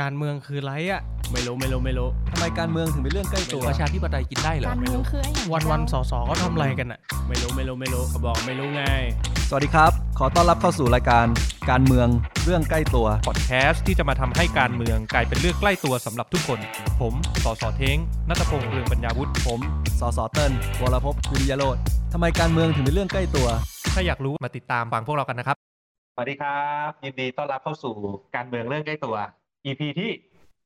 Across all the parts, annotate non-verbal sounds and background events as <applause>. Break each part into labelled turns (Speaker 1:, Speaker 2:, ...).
Speaker 1: การเมืองคือไรอะ
Speaker 2: ไม่รู้ไม่รู้ไม่รู้
Speaker 3: ทำไมการเมืองถึงเป็นเรื่องใกล้ตัว
Speaker 2: ไม่
Speaker 3: ป
Speaker 2: รู้
Speaker 3: ระชาธิปไตยกินได้เหรอ
Speaker 4: การเมืองคือไอ้อย่าง
Speaker 1: วันวันๆส
Speaker 4: เจ้า
Speaker 1: อสอเขาทำอะไรกันอะ
Speaker 2: ไม่รู้ไม่รู้ไม่รู้เขาบอกไม่รู้ไง
Speaker 3: สวัสดีครับ ขอต้อนรับเข้าสู่รายการการเมืองเรื่องใกล้ตัว
Speaker 5: พอดแคสต์ที่จะมาทำให้การเมืองกลายเป็นเรื่องใกล้ตัวสำหรับทุกคน ผมสอสอเท้งนัตพงษ์เรืองปัญญาวุฒิ
Speaker 3: ผมสสเติ้ลวรภพคุริยโรธทำไมการเมืองถึงเป็นเรื่องใกล้ตัว
Speaker 5: ถ้าอยากรู้มาติดตามฟังพวกเรากันนะครับ
Speaker 6: สวัสดีครับ ยินดีต้อนรับเข้าสู่การเมืองเรื่องใกล้ตัว EP ที่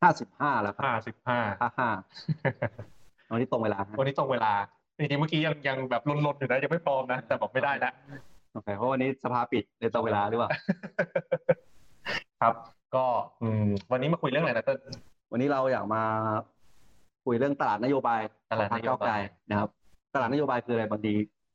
Speaker 3: 55 แล้วครับ
Speaker 6: 55
Speaker 3: 55วันนี้ตรงเวลาฮะ
Speaker 6: วันนี้ตรงเวลา จริงๆเมื่อกี้ยังยังแบบลนๆอยู่นะยังไม่พร้อมนะ แต่บอกไม่ได้นะ
Speaker 3: โอเคเพราะวันนี้สภาปิดเลยตรงเวลาหรือเปล่า
Speaker 6: ครับ ก็อืมวันนี้มาคุยเรื่องอะไรนะเต้น
Speaker 3: วันนี้เราอยากมาคุยเรื่องตลาดนโยบาย
Speaker 6: ตลาดนโยบาย
Speaker 3: ของพรรคก้าวไกลนะครับ ตลาดนโยบายคืออะไรบางที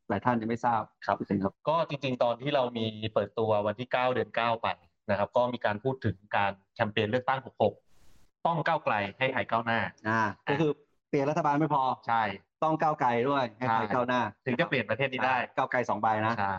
Speaker 3: หลายท่านยังไม่ทราบครับครับ
Speaker 6: ก็จริงๆ ตอนที่เรามีเปิดตัววันที่ 9 เดือน 9 ไปนะครับ ก็มีการพูดถึงการแคมเปญเลือกตั้ง 66 ต้องก้าวไกลให้หายก้าวหน้า
Speaker 3: อ่า ก็คือเปลี่ยนรัฐบาลไม่พอ
Speaker 6: ใช่
Speaker 3: ต้องก้าวไกลด้วยให้ไทยก้าวหน้า
Speaker 6: ถึงจะเปลี่ยนประเทศนี้ได้
Speaker 3: ก้าวไกลสองใบนะ
Speaker 6: ใช่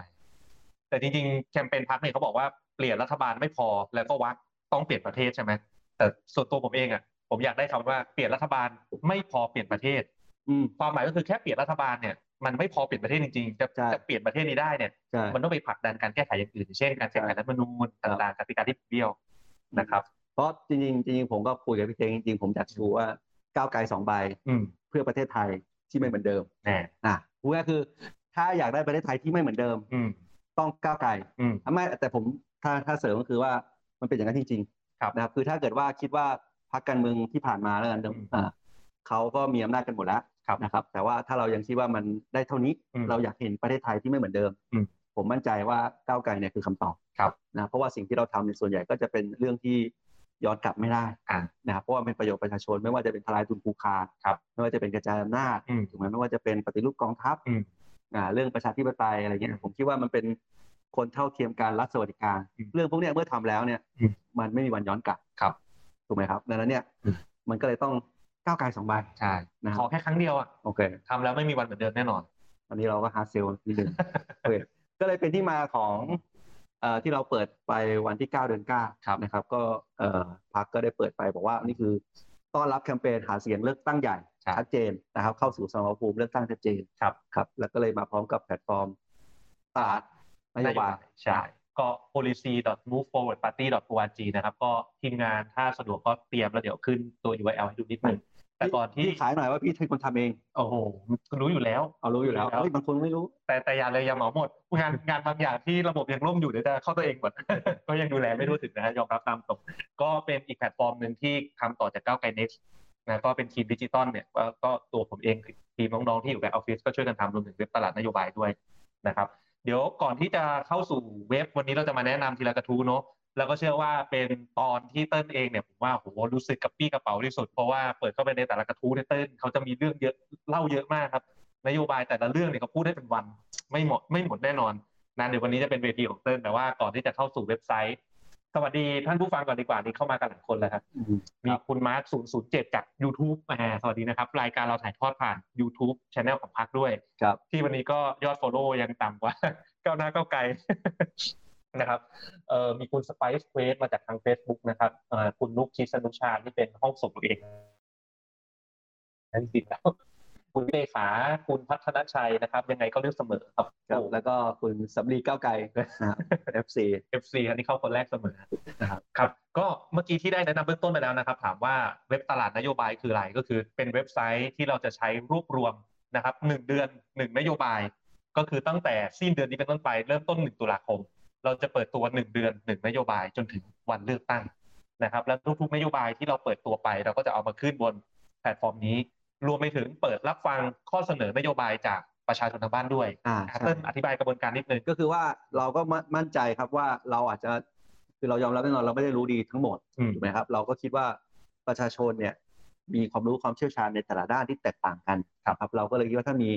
Speaker 6: แต่จริงๆแคมเปญพักเนี่ยเขาบอกว่าเปลี่ยนรัฐบาลไม่พอแล้วก็วักต้องเปลี่ยนประเทศใช่ไหมแต่ส่วนตัวผมเองอ่ะผมอยากได้คำว่าเปลี่ยนรัฐบาลไม่พอเปลี่ยนประเทศ
Speaker 3: อืม
Speaker 6: ความหมายก็คือแค่เปลี่ยนรัฐบาลเนี่ยมันไม่พอเปลี่ยนประเทศจริงๆจะ
Speaker 3: ใช่
Speaker 6: จะเปลี่ยนประเทศนี้ได้เนี่ย
Speaker 3: ใช่
Speaker 6: มันต้องไปผลักดันการแก้ไขอย่างอื่นเช่นการแก้ไขรัฐธรรมนูญต่างๆกติกาที่บิดเบี้ยวนะครับ
Speaker 3: เพราะจริงๆจริงๆผมก็คุยกับพี่เทงจริงๆผมอยากชูว่าก้าวไกลสองใบ
Speaker 6: อืม
Speaker 3: เพื่อประเทศไทยที่ไม่เหมือนเดิม
Speaker 6: แน่
Speaker 3: นะพูดง่ายๆคือ ถ้าอยากได้ประเทศไทยที่ไม่เหมือนเดิม
Speaker 6: อืม
Speaker 3: ต้องก้าวไกล
Speaker 6: อืม
Speaker 3: อ่ะไม่แต่ผมถ้าถ้าเสริมก็คือว่ามันเป็นอย่างนั้นจริง
Speaker 6: ครับ
Speaker 3: ๆนะครับคือถ้าเกิดว่าคิดว่าพรรคการเมืองที่ผ่านมาแล้วกันเดิมอ่าเขาก็มีอำนาจกันหมดแล้ว
Speaker 6: ครับ
Speaker 3: นะครับ แต่ว่าถ้าเรายังคิดว่ามันได้เท่านี้
Speaker 6: อืม
Speaker 3: เราอยากเห็นประเทศไทยที่ไม่เหมือนเดิม
Speaker 6: อืม
Speaker 3: ผมมั่นใจว่าก้าวไกลเนี่ยคือคำตอบ
Speaker 6: ครับ
Speaker 3: นะเพราะว่าสิ่งที่เราทำในยส่วนใหญ่ก็จะเป็นเรื่องที่ย้อนกลับไม่ได้
Speaker 6: อ่า
Speaker 3: นะครับเพราะว่าเป็นประโยชน์ประชาชนไม่ว่าจะเป็นทลายทุนผูกขาด
Speaker 6: ครับ
Speaker 3: ไม่ว่าจะเป็นกระจายอำนาจ
Speaker 6: อืม
Speaker 3: ถูกไหมไม่ว่าจะเป็นปฏิรูปกองทัพ
Speaker 6: อืม
Speaker 3: อ่าเรื่องประชาธิปไตยอะไรเงี้ยผมคิดว่ามันเป็นคนเท่าเทียมการรัฐสวัสดิการ
Speaker 6: อืม
Speaker 3: เรื่องพวกเนี้ยเมื่อทำแล้วเนี่ย
Speaker 6: อืม
Speaker 3: มันไม่มีวันย้อนกลับ
Speaker 6: ครับ
Speaker 3: ถูกไหมครับดังนั้นเนี่ย
Speaker 6: อืม
Speaker 3: มันก็เลยต้องก้าวไกลสองใบ
Speaker 6: ใช่
Speaker 3: นะค
Speaker 6: ข
Speaker 3: รั
Speaker 6: อบ แค่ครั้งเดียวอ่ะ
Speaker 3: โอเค
Speaker 6: ทำแล้วไม่มีวันเหมือนเดิมแน่นอน
Speaker 3: อันนี้เราก็ฮาร์ดเซลนิด
Speaker 6: <laughs>
Speaker 3: นึง โอเคก็เลยเป็นที่มาของเอ่อที่เราเปิดไปวันที่ 9 เดือน9
Speaker 6: ครับ
Speaker 3: นะครับ ก็เอ่อพักก็ได้เปิดไปบอกว่านี่คือต้อนรับแคมเปญหาเสียงเลือกตั้งใหญ่ ชัดเจนนะครับ เข้าสู่สมรภูมิเลือกตั้งชัดเจน
Speaker 6: ครับ
Speaker 3: ครับ แล้วก็เลยมาพร้อมกับแพลตฟอร์มตลาดนโยบาย
Speaker 6: ใช่ก็ policy.moveforwardparty.org นะครับ ก็ทีมงานถ้าสะดวกก็เตรียมแล้วเดี๋ยวขึ้นตัว URL ให้ดูนิดหนึ่งแต่ก่อนที่
Speaker 3: พี่ขายหน่อยว่าพี่เป็นคนทำเอง
Speaker 6: โอ้โหรู้อยู่แล้ว
Speaker 3: เอารู้อยู่แล้ว
Speaker 6: ครับ
Speaker 3: เฮ้ยบางคนไม่รู้
Speaker 6: แต่แต่อย่าเลยอย่าเหมาหมด งานงานบางอย่างที่ระบบยังล่มอยู่เดี๋ยวจะเข้าตัวเองหมด <laughs> ก็ยังดูแลไม่ทั่วถึงนะฮะยอมรับตามตรงก็เป็นอีกแพลตฟอร์มหนึ่งที่ทำต่อจากก้าวไกล next นะก็เป็นทีมดิจิตอลเนี่ยก็ก็ตัวผมเองทีมน้องๆที่อยู่ในออฟฟิศก็ช่วยกันทำรวมถึงเว็บตลาดนโยบายด้วยนะครับ เดี๋ยวก่อนที่จะเข้าสู่เว็บวันนี้เราจะมาแนะนำทีละกระทู้เนาะแล้วก็เชื่อว่าเป็นตอนที่เติ้ลเองเนี่ยผมว่าโหรู้สึกกระปรี้กระเป๋าที่สุดเพราะว่าเปิดเข้าไปในแต่ละกระทู้เนี่ยเติ้ลเขาจะมีเรื่องเยอะเล่าเยอะมากครับ นโยบายแต่ละเรื่องเนี่ยเขาพูดได้เป็นวัน ไม่หมดไม่หมดแน่นอนนะเดี๋ยววันนี้จะเป็นเวทีของเติ้ลแต่ว่าก่อนที่จะเข้าสู่เว็บไซต์ สวัสดีท่านผู้ฟังก่อนดีกว่านี่เข้ามากันหลายคนแล้วครับ มีคุณมาร์ค007 จาก YouTube อ่าสวัสดีนะครับ รายการเราถ่ายทอดผ่าน YouTube Channel ของพักด้วย
Speaker 3: ครับ
Speaker 6: ที่วันนี้ก็ยอด Follow ยังต่ำกว่า <laughs> ก้าวหน้าก้าวไกล <laughs> นะครับเอ่อมีคุณ Spice Quest มาจากทาง Facebook นะครับเอ่อคุณนุกชิสนุชาที่เป็นห้องส่งตัวเอง <laughs> นั่นสิแล้ว <laughs> คุณเลขาคุณพัฒนชัยนะครับ ยังไงก็เลือกเสมอครับ
Speaker 3: ครับ
Speaker 6: โอ้
Speaker 3: แล้วก็คุณสำลีก้าวไกล
Speaker 6: <laughs>
Speaker 3: นะครับ FC
Speaker 6: FC อันนี้เข้าคนแรกเสมอ
Speaker 3: นะครับ
Speaker 6: ครับ ก็เมื่อกี้ที่ได้แนะนำเบื้องต้นไปแล้วนะครับ ถามว่าเว็บตลาดนโยบายคืออะไรก็คือเป็นเว็บไซต์ที่เราจะใช้รวบรวมนะครับหนึ่งเดือนหนึ่งนโยบาย ก็คือตั้งแต่สิ้นเดือนนี้เป็นต้นไปเริ่มต้น 1 ตุลาคม เราจะเปิดตัว 1 เดือน 1 นโยบายจนถึงวันเลือกตั้งนะครับ และทุกๆ นโยบายที่เราเปิดตัวไป เราก็จะเอามาขึ้นบนแพลตฟอร์มนี้ รวมไปถึงเปิดรับฟังข้อเสนอนโยบายจากประชาชนทางบ้านด้วย
Speaker 3: อ่า
Speaker 6: อ่ะ
Speaker 3: ใช่
Speaker 6: เติ้ลอธิบายกระบวนการนิดนึง
Speaker 3: ก็คือว่าเราก็มั่นมั่นใจครับว่าเราอาจจะคือเรายอมรับแน่นอนเราไม่ได้รู้ดีทั้งหมด
Speaker 6: อืม
Speaker 3: ถูกไหมครับ เราก็คิดว่าประชาชนเนี่ยมีความรู้ความเชี่ยวชาญในแต่ละด้านที่แตกต่างกันครับเราก็เลยคิดว่าถ้ามี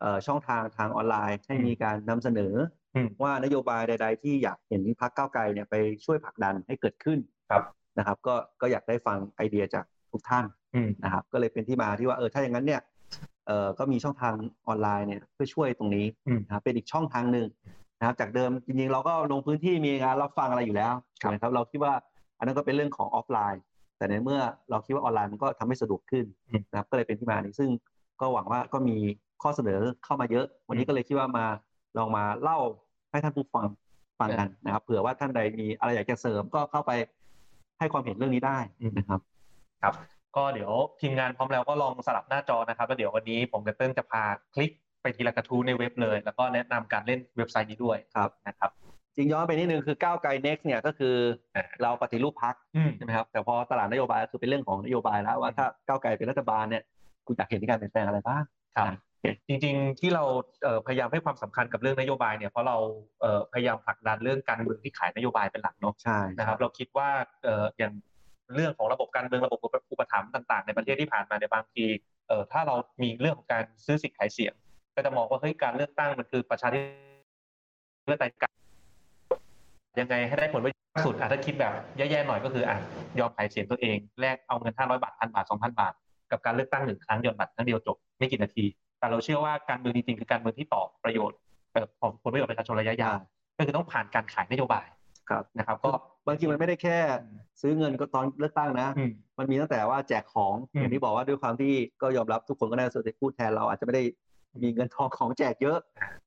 Speaker 3: เอ่อช่องทางทางออนไลน์ให้มีการนำเสนอ
Speaker 6: อืม
Speaker 3: ว่านโยบายใด ๆ ที่อยากเห็นพรรคก้าวไกลเนี่ยไปช่วยผลักดันให้เกิดขึ้น
Speaker 6: ครับ
Speaker 3: นะครับ ก็ก็อยากได้ฟังไอเดียจากทุกท่าน
Speaker 6: อืม
Speaker 3: นะครับก็เลยเป็นที่มาที่ว่าเออถ้าอย่างนั้นเนี่ยเออก็มีช่องทางออนไลน์เนี่ยเพื่อช่วยตรงนี้นะครับเป็นอีกช่องทางหนึ่งนะครับจากเดิมจริงๆเราก็ลงพื้นที่มีงานรับฟังอะไรอยู่แล้วถูกไหมครับเราคิดว่าอันนั้นก็เป็นเรื่องของออฟไลน์ แต่ในเมื่อเราคิดว่าออนไลน์มันก็ทำให้สะดวกขึ้น
Speaker 6: อืม
Speaker 3: นะครับก็เลยเป็นที่มานี้ซึ่งก็หวังว่าก็มีข้อเสนอเข้ามาเยอะ วันนี้ก็เลยคิดว่ามาลองมาเล่าให้ท่านผู้ฟังฟังกันนะครับเผื่อว่าท่านใดมีอะไรอยากจะเสริมก็เข้าไปให้ความเห็นเรื่องนี้ได้
Speaker 6: อืม
Speaker 3: นะครับ
Speaker 6: ก็เดี๋ยวทีมงานพร้อมแล้วก็ลองสลับหน้าจอนะครับแล้วเดี๋ยววันนี้ผมกับเติ้ลจะพาคลิกไปทีละกระทู้ในเว็บเลย แล้วก็แนะนำการเล่นเว็บไซต์นี้ด้วย
Speaker 3: ครับ
Speaker 6: นะครับ
Speaker 3: จริงย้อนไปนิดนึงคือก้าวไกล next เนี่ยก็คือ
Speaker 6: อ่า
Speaker 3: เราปฏิรูปพัก
Speaker 6: อืม
Speaker 3: ใช่ไหมครับแต่พอตลาดนโยบายก็คือเป็นเรื่องของนโยบายแล้วว่าถ้าก้าวไกลเป็นรัฐบาลเนี่ยคุณอยากเห็นการเปลี่ยนแปลงอะไรบ้าง
Speaker 6: ครับ
Speaker 3: นะ
Speaker 6: จริงๆที่เราเอ่อพยายามให้ความสำคัญกับเรื่องนโยบายเนี่ยเพราะเราเอ่อพยายามผลักดันเรื่องการเมืองที่ขายนโยบายเป็นหลักเนาะ
Speaker 3: ใช่
Speaker 6: นะครับ เราคิดว่าเอ่ออย่างเรื่องของระบบการเมืองระบบอุปถัมภ์ต่างๆ ในประเทศที่ผ่านมาในยบางทีเอ่อถ้าเรามีเรื่องของการซื้อสิทธิ์ขายเสียง ก็จะมองว่าเฮ้ยการเลือกตั้งมันคือประชาธิปไตยการยังไงให้ได้ผลประโยชน์มากสุดอ่ะถ้าคิดแบบแย่ๆหน่อยก็คืออ่ะยอมขายเสียงตัวเองแลกเอาเงิน500บาทพันบาท2,000บาท กับการเลือกตั้งหนึ่งครั้งหย่อนบัตรครั้งเดียวจบไม่กี่นาที แต่เราเชื่อว่าการเมืองจริงๆคือการเมืองที่ตอบประโยชน์เอ่อของผลประโยชน์ประชาชนระยะยาวก็คือต้องผ่านการขายนโยบาย
Speaker 3: ครับ
Speaker 6: นะครับ ก็
Speaker 3: บางทีมันไม่ได้แค่ซื้อเงินก็ตอนเลือกตั้งนะ
Speaker 6: อืม
Speaker 3: มันมีตั้งแต่ว่าแจกของ
Speaker 6: อืม
Speaker 3: อย่างที่บอกว่าด้วยความที่ก็ยอมรับทุกคนก็น่าจะพูดแทนเราอาจจะไม่ได้มีเงินทองของแจกเยอะ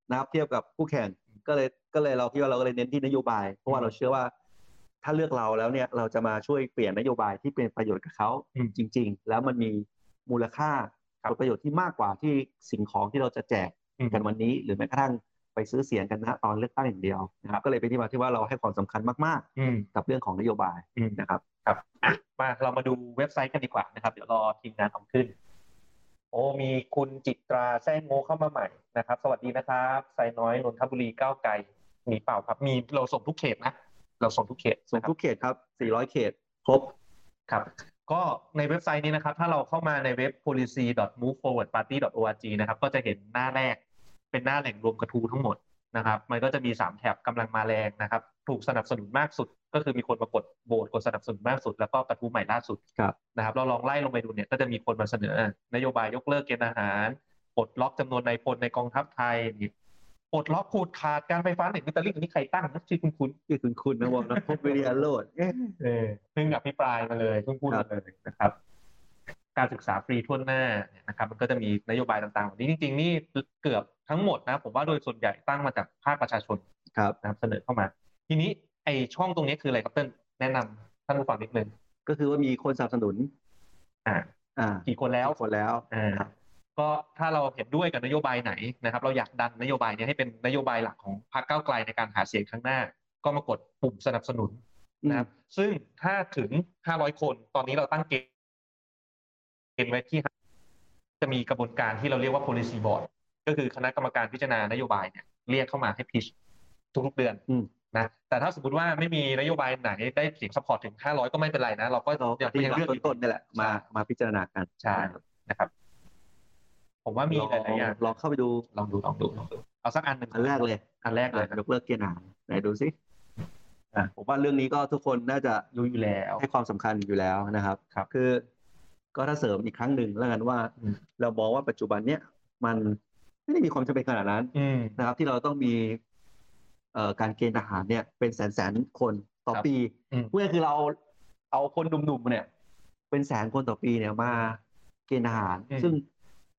Speaker 3: นะครับเทียบกับคู่แข่งก็เลยก็เลยเราคิดว่าเราก็เลยเน้นที่นโยบาย เพราะว่า
Speaker 6: อืม
Speaker 3: เราเชื่อว่า ถ้าเลือกเราแล้วเนี่ยเราจะมาช่วยเปลี่ยนนโยบายที่เป็นประโยชน์กับเขา
Speaker 6: อืม
Speaker 3: จริง ๆ แล้วมันมีมูลค่า
Speaker 6: ครับ
Speaker 3: ผลประโยชน์ที่มากกว่าที่สิ่งของที่เราจะแจก
Speaker 6: อืม
Speaker 3: กันวันนี้ หรือแม้กระทั่งไปซื้อเสียงกันนะตอนเลือกตั้งอย่างเดียวนะครับก็เลยเป็นที่มาที่ว่าเราให้ความสำคัญมาก
Speaker 6: อืม
Speaker 3: ๆ กับเรื่องของนโยบาย
Speaker 6: อืม
Speaker 3: นะครับ
Speaker 6: มาเรามาดูเว็บไซต์กันดีกว่านะครับ เดี๋ยวรอทีมงานทำขึ้น โอ้มีคุณจิตราแซงโงเข้ามาใหม่นะครับ สวัสดีนะครับไซน้อยนนทบุรีก้าวไกลมีเปล่าครับ มีเราส่งทุกเขตนะเราส่งทุกเขต
Speaker 3: ส่ง
Speaker 6: นะครับ
Speaker 3: ทุกเขตครับ 400 เขต ครบ
Speaker 6: ครับก็ในเว็บไซต์นี้นะครับ ถ้าเราเข้ามาในเว็บ policy.moveforwardparty.org นะครับก็จะเห็นหน้าแรกเป็นหน้าแหล่งรวมกระทู้ทั้งหมดนะครับ มันก็จะมี 3 แถบกำลังมาแรงนะครับ ถูกสนับสนุนมากสุด ก็คือมีคนมากดโหวตกดสนับสนุนมากสุด แล้วก็กระทู้ใหม่ล่าสุด
Speaker 3: ครับ
Speaker 6: นะครับ เราลองไล่ลงไปดูเนี่ยก็จะมีคนมาเสนออ่ะนโยบายยกเลิกเกณฑ์อาหารปลดล็อกจำนวนนายพลในกองทัพไทยนี่ปลดล็อกขูดขาดการไฟฟ้าเหน็ตมิเตอร์ลิงอันนี้ใครตั้งนะชื่อคุณคุณ
Speaker 3: ที่คุณคุณนะวอมนะ <laughs> พบวิริยโรดเอ๊ะ
Speaker 6: เออซึ่งอภิปรายมาเลยเพิ่งพูด
Speaker 3: ครั
Speaker 6: มา
Speaker 3: บ
Speaker 6: เลยนะครับ การศึกษาฟรีทั่วหน้าเนี่ยนะครับ มันก็จะมีนโยบายต่างๆเหล่านี้จริง ๆ นี่เกือบทั้งหมดนะ ผมว่าโดยส่วนใหญ่ตั้งมาจากภาคประชาชน
Speaker 3: ครับ
Speaker 6: นะครับ เสนอเข้ามา ทีนี้ไอช่องตรงนี้คืออะไรครับเต้ลแนะนำท่านผู้ฟังนิดนึง
Speaker 3: ก็คือว่ามีคนสนับสนุน
Speaker 6: อ่า
Speaker 3: อ่า
Speaker 6: กี่คนแล้ว
Speaker 3: คนแล้ว
Speaker 6: อ่า
Speaker 3: ครับ
Speaker 6: ก็ถ้าเราเห็นด้วยกับนโยบายไหนนะครับ เราอยากดันนโยบายเนี้ให้เป็นนโยบายหลักของพรรคก้าวไกลในการหาเสียงครั้งหน้า ก็มากดปุ่มสนับสนุน นะครับซึ่งถ้าถึง 500 คน ตอนนี้เราตั้งเกณฑ์เกณฑ์ไว้ที่ จะมีกระบวนการที่เราเรียกว่า policy board ก็คือคณะกรรมการพิจารณานโยบายเนี่ยเรียกเข้ามาให้พิชทุกๆเดือน
Speaker 3: อืม
Speaker 6: นะ แต่ถ้าสมมติว่าไม่มีนโยบายไหนได้เสียง support ถึง 500 ก็ไม่เป็นไรนะ เราก็
Speaker 3: เรา
Speaker 6: ยัง
Speaker 3: ที่
Speaker 6: ยัง
Speaker 3: รั
Speaker 6: เลือกอบ ยู่
Speaker 3: ต้นๆนี่แหละ มา มาพิจารณากัน
Speaker 6: ใช่ นะครับ ผมว่ามี
Speaker 3: ลอง
Speaker 6: หลายๆอย่าง
Speaker 3: ลองเข้าไปดู
Speaker 6: ลองดูลองดูลองดู เอาสักอันหนึ่ง
Speaker 3: อันแรกเลย
Speaker 6: อันแรกเลย
Speaker 3: ยกเลิกเกณฑ์อาหารไหนดูสิอ่ะผมว่าเรื่องนี้ก็ทุกคนน่าจะ
Speaker 6: รู้อยู่แล้ว
Speaker 3: ให้ความสำคัญอยู่แล้วนะครับ
Speaker 6: ครับ
Speaker 3: คือ ก็ถ้าเสริมอีกครั้งหนึ่งแล้วกันว่า
Speaker 6: อืม
Speaker 3: เรามองว่าปัจจุบันเนี้ยมันไม่ได้มีความจำเป็นขนาดนั้น
Speaker 6: อืม
Speaker 3: นะครับที่เราต้องมีเอ่อการเกณฑ์ทหารเนี่ยเป็นแสนแสนๆคนต่อ
Speaker 6: ครับ
Speaker 3: ปี
Speaker 6: อืม
Speaker 3: เพื่อคือเราเอาคนหนุ่มๆเนี่ยเป็นแสนคนต่อปีเนี่ยมาเกณฑ์ทหาร ซึ่ง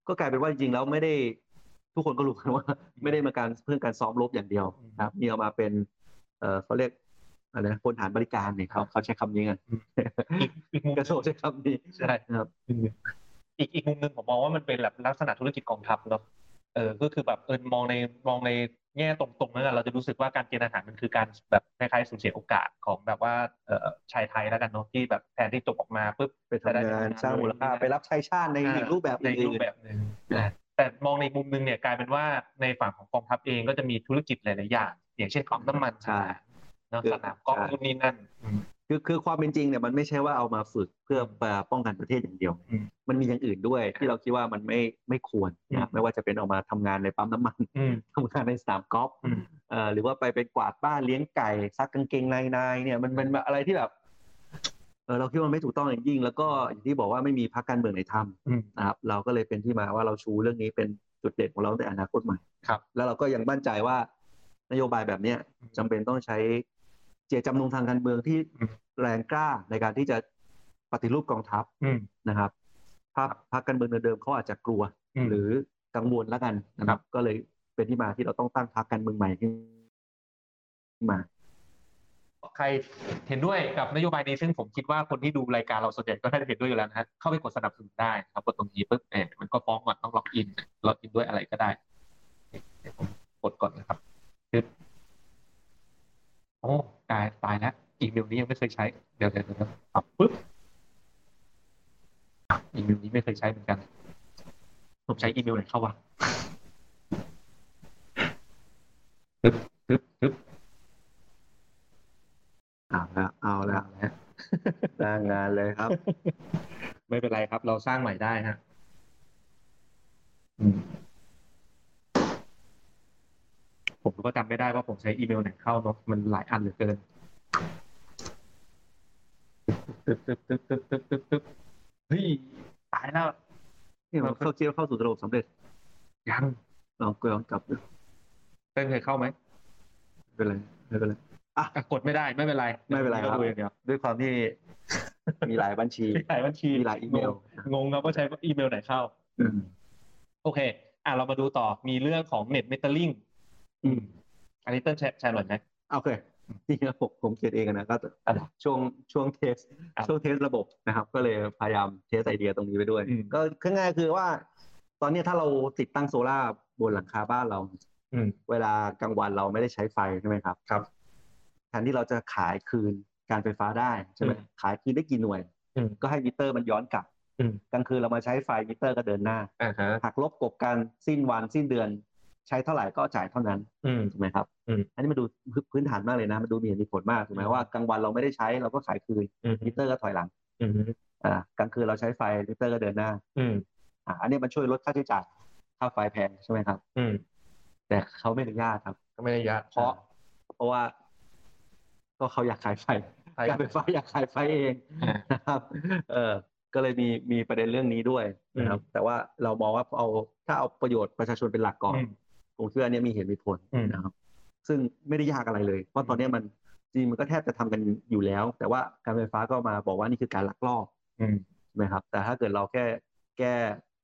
Speaker 3: ก็กลายเป็นว่าจริงๆแล้วไม่ได้ทุกคนก็รู้กันว่า ไม่ได้มาการเพื่อการซ้อมรบอย่างเดียวนะครับนี่เอามาเป็นเอ่อเขาเรียกอะไรนะพลทหารบริการเนี่ยเขาเขาใช้คำนี้กัน
Speaker 6: อีกอีกมุม
Speaker 3: กระทรวงใช้คำนี้
Speaker 6: ใช่
Speaker 3: ครับ
Speaker 6: อีกอีกมุมหนึ่งผมมองว่ามันเป็นแบบลักษณะธุรกิจกองทัพเนาะ เออ ก็คือแบบเออมองในมองในแง่ตรงๆนั่นแหละเราจะรู้สึกว่าการเกณฑ์อาหารมันคือการแบบคล้ายๆสูญเสียโอกาสของแบบว่าเออชายไทยแล้วกันเนาะที่แบบแทนที่จบออกมาปุ๊บ
Speaker 3: ไปทำงานสร้างมูลค่าไปรับใช้ชาติในอีกรูปแบบ
Speaker 6: ในอีกรู
Speaker 3: อื่
Speaker 6: ป
Speaker 3: น
Speaker 6: แบบหนึ่งนะแต่มองในอีกมุมหนึงเนี่ยกลายเป็นว่าในฝั่งของกองทัพเองก็จะมีธุรกิจหลายๆอย่าง อย่างเช่นปั๊มน้ำมัน
Speaker 3: ใช่
Speaker 6: เนาะ
Speaker 3: คือ
Speaker 6: สนามกอล์ฟ
Speaker 3: ใช่
Speaker 6: นู่นนี่นั่นอืม
Speaker 3: คือคือความเป็นจริงเนี่ยมันไม่ใช่ว่าเอามาฝึกเพื่อมาป้องกันประเทศอย่างเดียว
Speaker 6: อืม
Speaker 3: มันมีอย่างอื่นด้วยที่เราคิดว่ามันไม่ไม่ควรนะ
Speaker 6: อืม
Speaker 3: ไม่ว่าจะเป็นเอามาทำงานในปั๊มน้ำมัน
Speaker 6: อืม
Speaker 3: ทำงานในสนามกอล์ฟ
Speaker 6: อืม
Speaker 3: เอ่อหรือว่าไปเป็นกวาดบ้านเลี้ยงไก่ซักกางเกงในนายเนี่ยมันมันมันอะไรที่แบบเออเราคิดว่ามันไม่ถูกต้องอย่างยิ่ง แล้วก็อย่างที่บอกว่าไม่มีพรรคการเมืองไหนท
Speaker 6: อืม
Speaker 3: ำนะครับเราก็เลยเป็นที่มาว่าเราชูเรื่องนี้เป็นจุดเด่นของเราในอนาคตใหม่
Speaker 6: ครับ
Speaker 3: แล้วเราก็ยังมั่นใจว่านโยบายแบบเนี้ย จำเป็นต้องใช้เจตจำนงทางการเมืองที่
Speaker 6: อืม
Speaker 3: แรงกล้าในการที่จะ ปฏิรูปกองทัพ
Speaker 6: อืม
Speaker 3: นะครับภาคภาคการเมืองเดิมๆเขาอาจจะกลัว
Speaker 6: อืม
Speaker 3: หรือกังวลแล้วกันนะครับ ก็เลยเป็นที่มาที่เราต้องตั้งพรรคการเมืองใหม่ขึ้นมา
Speaker 6: ใครเห็นด้วยกับนโยบายนี้ซึ่งผมคิดว่าคนที่ดูรายการเราส่วนใหญ่ก็น่าจะเห็นด้วยอยู่แล้วนะฮะเข้าไปกดสนับสนุนได้นะครับกดตรงนี้ปุ๊บเอยมันก็ฟ้องก่อนต้องล็อกอินล็อกอินด้วยอะไรก็ได้เดี๋ยวผมกดก่อนนะครับคือโอ้ตายตายแล้วอีเมลนี้ยังไม่เคยใช้เดี๋ยวเดี๋ยวเดี๋ยวปรับปุ๊บอีเมลนี้ไม่เคยใช้เหมือนกัน ผมใช้อีเมลไหนเข้าวะปึ๊บปึ๊บปึ๊บ
Speaker 3: เอาละเอาละสร้างงานเลยครับ
Speaker 6: ไม่เป็นไรครับ เราสร้างใหม่ได้ฮะผมก็จำไม่ได้ว่าผมใช้อีเมลไหนเข้าเนอะมันหลายอันเหลือเกินตึ๊บตึ๊บตึ๊บตึ๊บตึ๊บตึ๊บตึ๊บเฮ้ยตายแล้ว
Speaker 3: นี่มันเข้าเชี่ยวเข้าสู่ระบบสำเร็จ
Speaker 6: ยัง
Speaker 3: ลองลองกลับดู
Speaker 6: เต้นเคยเข้าไหม
Speaker 3: ไม่เป็นไรไม่เป็นไร
Speaker 6: อ่ะกดไม่ได้ไม่เป็นไร
Speaker 3: ไม่เป็นไรครับ
Speaker 6: ดูอย่างเดียว
Speaker 3: ด้วยความที่ มีหลายบัญชี
Speaker 6: มีหลายบัญชี
Speaker 3: มีหลายอีเมล
Speaker 6: งงงครับว่าใช้อีเมลไหนเข้า
Speaker 3: อืม
Speaker 6: โอเค อ่ะเรามาดูต่อมีเรื่องของเน็ตเมทัลลิง
Speaker 3: อืม
Speaker 6: อันนี้เต้นแชร์แชร์หน่อยไหม
Speaker 3: โอเคนี่ครับผมผมเขียนเองนะก็
Speaker 6: อ่ะ
Speaker 3: ช่วงช่วงเทส
Speaker 6: ครับ
Speaker 3: ช่วงเทสระบบนะครับ ก็เลยพยายามเทสไอเดียตรงนี้ไปด้วย
Speaker 6: อืม
Speaker 3: ก็ง่ายๆคือว่า ตอนนี้ถ้าเราติดตั้งโซล่าร์บนหลังคาบ้านเรา
Speaker 6: อืม
Speaker 3: เวลากลางวันเราไม่ได้ใช้ไฟใช่ไหมครับ
Speaker 6: ครับ
Speaker 3: แทนที่เราจะขายคืนการไฟฟ้าได้ใช่ไหม
Speaker 6: อืม
Speaker 3: ขายคืนได้กี่หน่วย
Speaker 6: อืม
Speaker 3: ก็ให้มิเตอร์มันย้อนกลับ
Speaker 6: อืม
Speaker 3: กลางคืนเรามาใช้ไฟมิเตอร์ก็เดินหน้า
Speaker 6: อ่าฮะ
Speaker 3: หักลบกบกันสิ้นวันสิ้นเดือน ใช้เท่าไหร่ก็จ่ายเท่านั้น
Speaker 6: อืม
Speaker 3: ถูกไหมครับ
Speaker 6: อืม
Speaker 3: อันนี้มันดูพื้นฐานมากเลยนะมันดูมีเหตุมีผลมากถูกไหมว่ากลางวันเราไม่ได้ใช้เราก็ขายคืน
Speaker 6: อืม
Speaker 3: มิเตอร์ก็ถอยหลัง
Speaker 6: อืม
Speaker 3: อ่ากลางคืนเราใช้ไฟมิเตอร์ก็เดินหน้า
Speaker 6: อืม
Speaker 3: อ่าอันนี้มันช่วยลดค่าใช้จ่ายค่าไฟแพงใช่ไหมครับ
Speaker 6: อืม
Speaker 3: แต่เขาไม่อนุญาตครับ
Speaker 6: ก็ไม่ได้ยาก
Speaker 3: เพราะเพราะว่า ก็เขาอยากขายไฟ
Speaker 6: ใช่
Speaker 3: การไฟฟ้าอยากขายไฟเอง
Speaker 6: อ่า
Speaker 3: นะครับ เออก็เลยมีมีประเด็นเรื่องนี้ด้วยนะครับ แต่ว่าเรามองว่าเอาถ้าเอาประโยชน์ประชาชนเป็นหลักก่อน
Speaker 6: อืม
Speaker 3: ผมคิดว่าอันเนี้ยมีเหตุมีผล
Speaker 6: อืม
Speaker 3: นะครับ ซึ่งไม่ได้ยากอะไรเลย เพราะตอนเนี้ยมันจริงมันก็แทบจะทำกันอยู่แล้ว แต่ว่าการไฟฟ้าก็มาบอกว่านี่คือการลักลอบ
Speaker 6: อืม
Speaker 3: ใช่ไหมครับ แต่ถ้าเกิดเราแค่แก้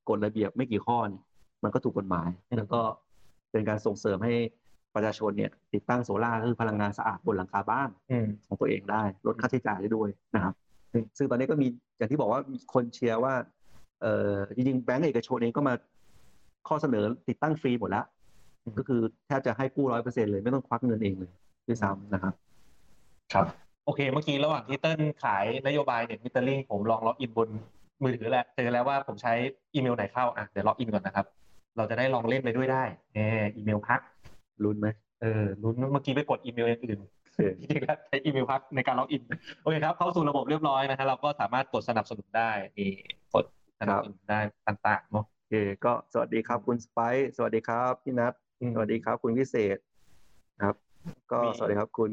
Speaker 3: กฎระเบียบไม่กี่ข้อเนี่ยมันก็ถูกกฎหมาย
Speaker 6: อืม
Speaker 3: แล้วก็เป็นการส่งเสริมให้ประชาชนเนี่ย ติดตั้งโซล่าร์ก็คือพลังงานสะอาดบนหลังคาบ้าน
Speaker 6: อืม
Speaker 3: ของตัวเองได้ลดค่าใช้จ่ายได้ด้วยนะครับซึ่งซึ่งตอนนี้ก็มีอย่างที่บอกว่ามีคนเชียร์ว่าเออจริงๆแบงก์เอกชนเองก็มาข้อเสนอติดตั้งฟรีหมดแล้ว
Speaker 6: อืม
Speaker 3: ก็คือแทบจะให้กู้ร้อยเปอร์เซ็นเลยไม่ต้องควักเงินเองเลยด้วยซ้ำนะครับ
Speaker 6: โอเค เมื่อกี้ระหว่างที่เติ้ลขายนโยบายเน็ตมิเตอร์ลิงผมลองล็อกอินบนมือถือแหละเจอแล้วว่าผมใช้อีเมลไหนเข้าอ่ะเดี๋ยวล็อกอินก่อนนะครับ เราจะได้ลองเล่นไปด้วยได้แหมอีเมลพัก
Speaker 3: รุนไหม
Speaker 6: เออลุ้นเมื่อกี้ไปกดอีเมลอย่างอื่น <laughs>
Speaker 3: เออ
Speaker 6: จริงๆแล้วใช้อีเมลพักในการล็อกอิน โอเคครับ เข้าสู่ระบบเรียบร้อยนะฮะเราก็สามารถกดสนับสนุนได้มีกดสนับสนุนได้ต่างๆเนาะ
Speaker 3: โอเคก็สวัสดีครับคุณสไปซ์สวัสดีครับพี่นัทสวัสดีครับคุณพิเศษครับ ก็
Speaker 6: มี
Speaker 3: สวัสดีครับคุณ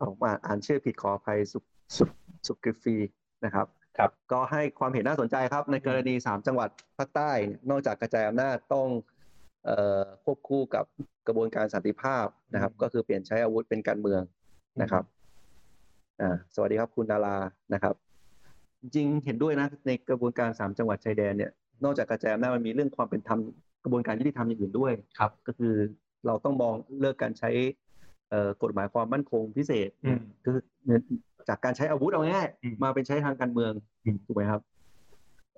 Speaker 3: ผมอ่านอ่านชื่อผิดขออภัยสุสุสุกิฟีนะครับ
Speaker 6: ครับ
Speaker 3: ก็ให้ความเห็นน่าสนใจครับ ในกรณี 3 จังหวัดภาคใต้เนี่ยนอกจากกระจายอำนาจต้องเอ่อควบคู่กับกระบวนการสันติภาพนะครับ ก็คือเปลี่ยนใช้อาวุธเป็นการเมืองนะครับอ่าสวัสดีครับคุณดารานะครับ จริงๆเห็นด้วยนะในกระบวนการ 3 จังหวัดชายแดนเนี่ยนอกจากกระจายอำนาจมันมีเรื่องความเป็นธรรมกระบวนการยุติธรรมอย่างอื่นด้วย
Speaker 6: ครับ
Speaker 3: ก็คือเราต้องมองเลิกการใช้เอ่อกฎหมายความมั่นคงพิเศษ
Speaker 6: อืม
Speaker 3: คือจากการใช้อาวุธเอาง่ายๆ
Speaker 6: อืม
Speaker 3: มาเป็นใช้ทางการเมือง
Speaker 6: อืม
Speaker 3: ถูกไหมครับ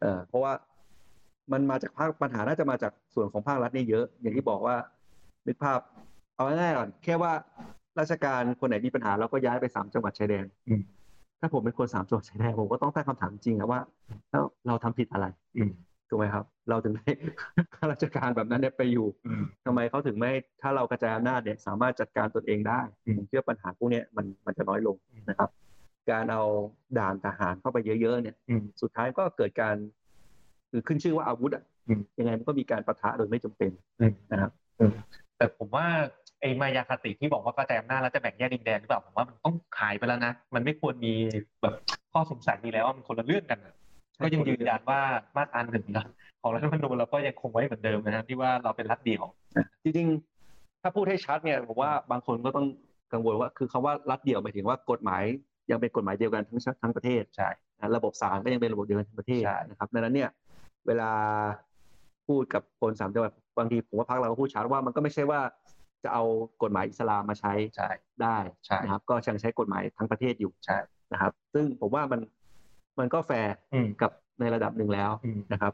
Speaker 3: เอ่อเพราะว่ามันมาจากภาคปัญหาน่าจะมาจากส่วนของภาครัฐนี่เยอะ อย่างที่บอกว่านึกภาพ เอาง่ายๆก่อนแค่ว่าราชการคนไหนมีปัญหาเราก็ย้ายไปสามจังหวัดชายแดน
Speaker 6: อืม
Speaker 3: ถ้าผมเป็นคนสามจังหวัดชายแดนผมก็ต้องตั้งคำถามจริงครับว่าแล้วเราทำผิดอะไร
Speaker 6: อืม
Speaker 3: ถูกไหมครับ เราถึงได้ <laughs> ข้าราชการแบบนั้นเนี่ยไปอยู่
Speaker 6: อืม
Speaker 3: ทำไมเขาถึงไม่ถ้าเรากระจายอำนาจเนี่ยสามารถจัดการตนเองได้
Speaker 6: อืม
Speaker 3: ผมเชื่อปัญหาพวกเนี้ยมันมันจะน้อยลงนะครับ การเอาด่านทหารเข้าไปเยอะๆเนี่ย
Speaker 6: อืม
Speaker 3: สุดท้ายก็เกิดการคือขึ้นชื่อว่าอาวุธอ่ะ
Speaker 6: อืม
Speaker 3: ยังไงมันก็มีการประทะโดยไม่จำเป็น
Speaker 6: อืม
Speaker 3: นะครับ
Speaker 6: แต่ผมว่าไอ้มายาคติที่บอกว่ากระจายอำนาจแล้วจะแบ่งแยกดินแดนหรือเปล่าผมว่ามันต้องขายไปแล้วนะ มันไม่ควรมีแบบข้อสงสัยนี้แล้วว่ามันคนละเรื่องกันอะก็ยังยืนยันว่ามาตราหนึ่งนะของรัฐธรรมนูญเราก็ยังคงไว้เหมือนเดิมนะฮะที่ว่าเราเป็นรัฐเดียว
Speaker 3: จริงๆ ถ้าพูดให้ชัดเนี่ยผมว่าบางคนก็ต้องกังวลว่า คือคำว่ารัฐเดี่ยวหมายถึงว่ากฎหมาย ยังเป็นกฎหมายเดียวกันทั้งชาทั้งประเทศ
Speaker 6: ใช่
Speaker 3: นะระบบศาลก็ยังเป็นระบบเดียวกันทั้งประเทศ
Speaker 6: ใช่
Speaker 3: นะครับดังนั้นเนี่ยเวลาพูดกับคนสามจังหวัดบางทีผมว่าพักเราก็พูดชัดว่ามันก็ไม่ใช่ว่าจะเอากฎหมายอิสลามมาใช้
Speaker 6: ใช่
Speaker 3: ได้
Speaker 6: ใช่
Speaker 3: นะครับก็ยังใช้กฎหมายทั้งประเทศอยู่
Speaker 6: ใช่
Speaker 3: นะครับ ซึ่งผมว่ามันมันก็แฟร์
Speaker 6: อืม
Speaker 3: กับในระดับหนึ่งแล้ว
Speaker 6: อืม
Speaker 3: นะครับ